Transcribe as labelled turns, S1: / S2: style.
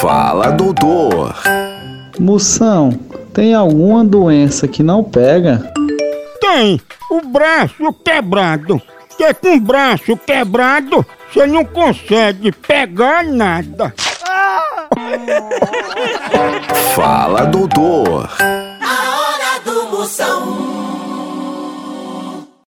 S1: Fala, doutor.
S2: Moção, tem alguma doença que não pega?
S3: Tem o braço quebrado. Porque com o braço quebrado, você não consegue pegar nada.
S1: Fala, doutor.
S4: A hora do Moção.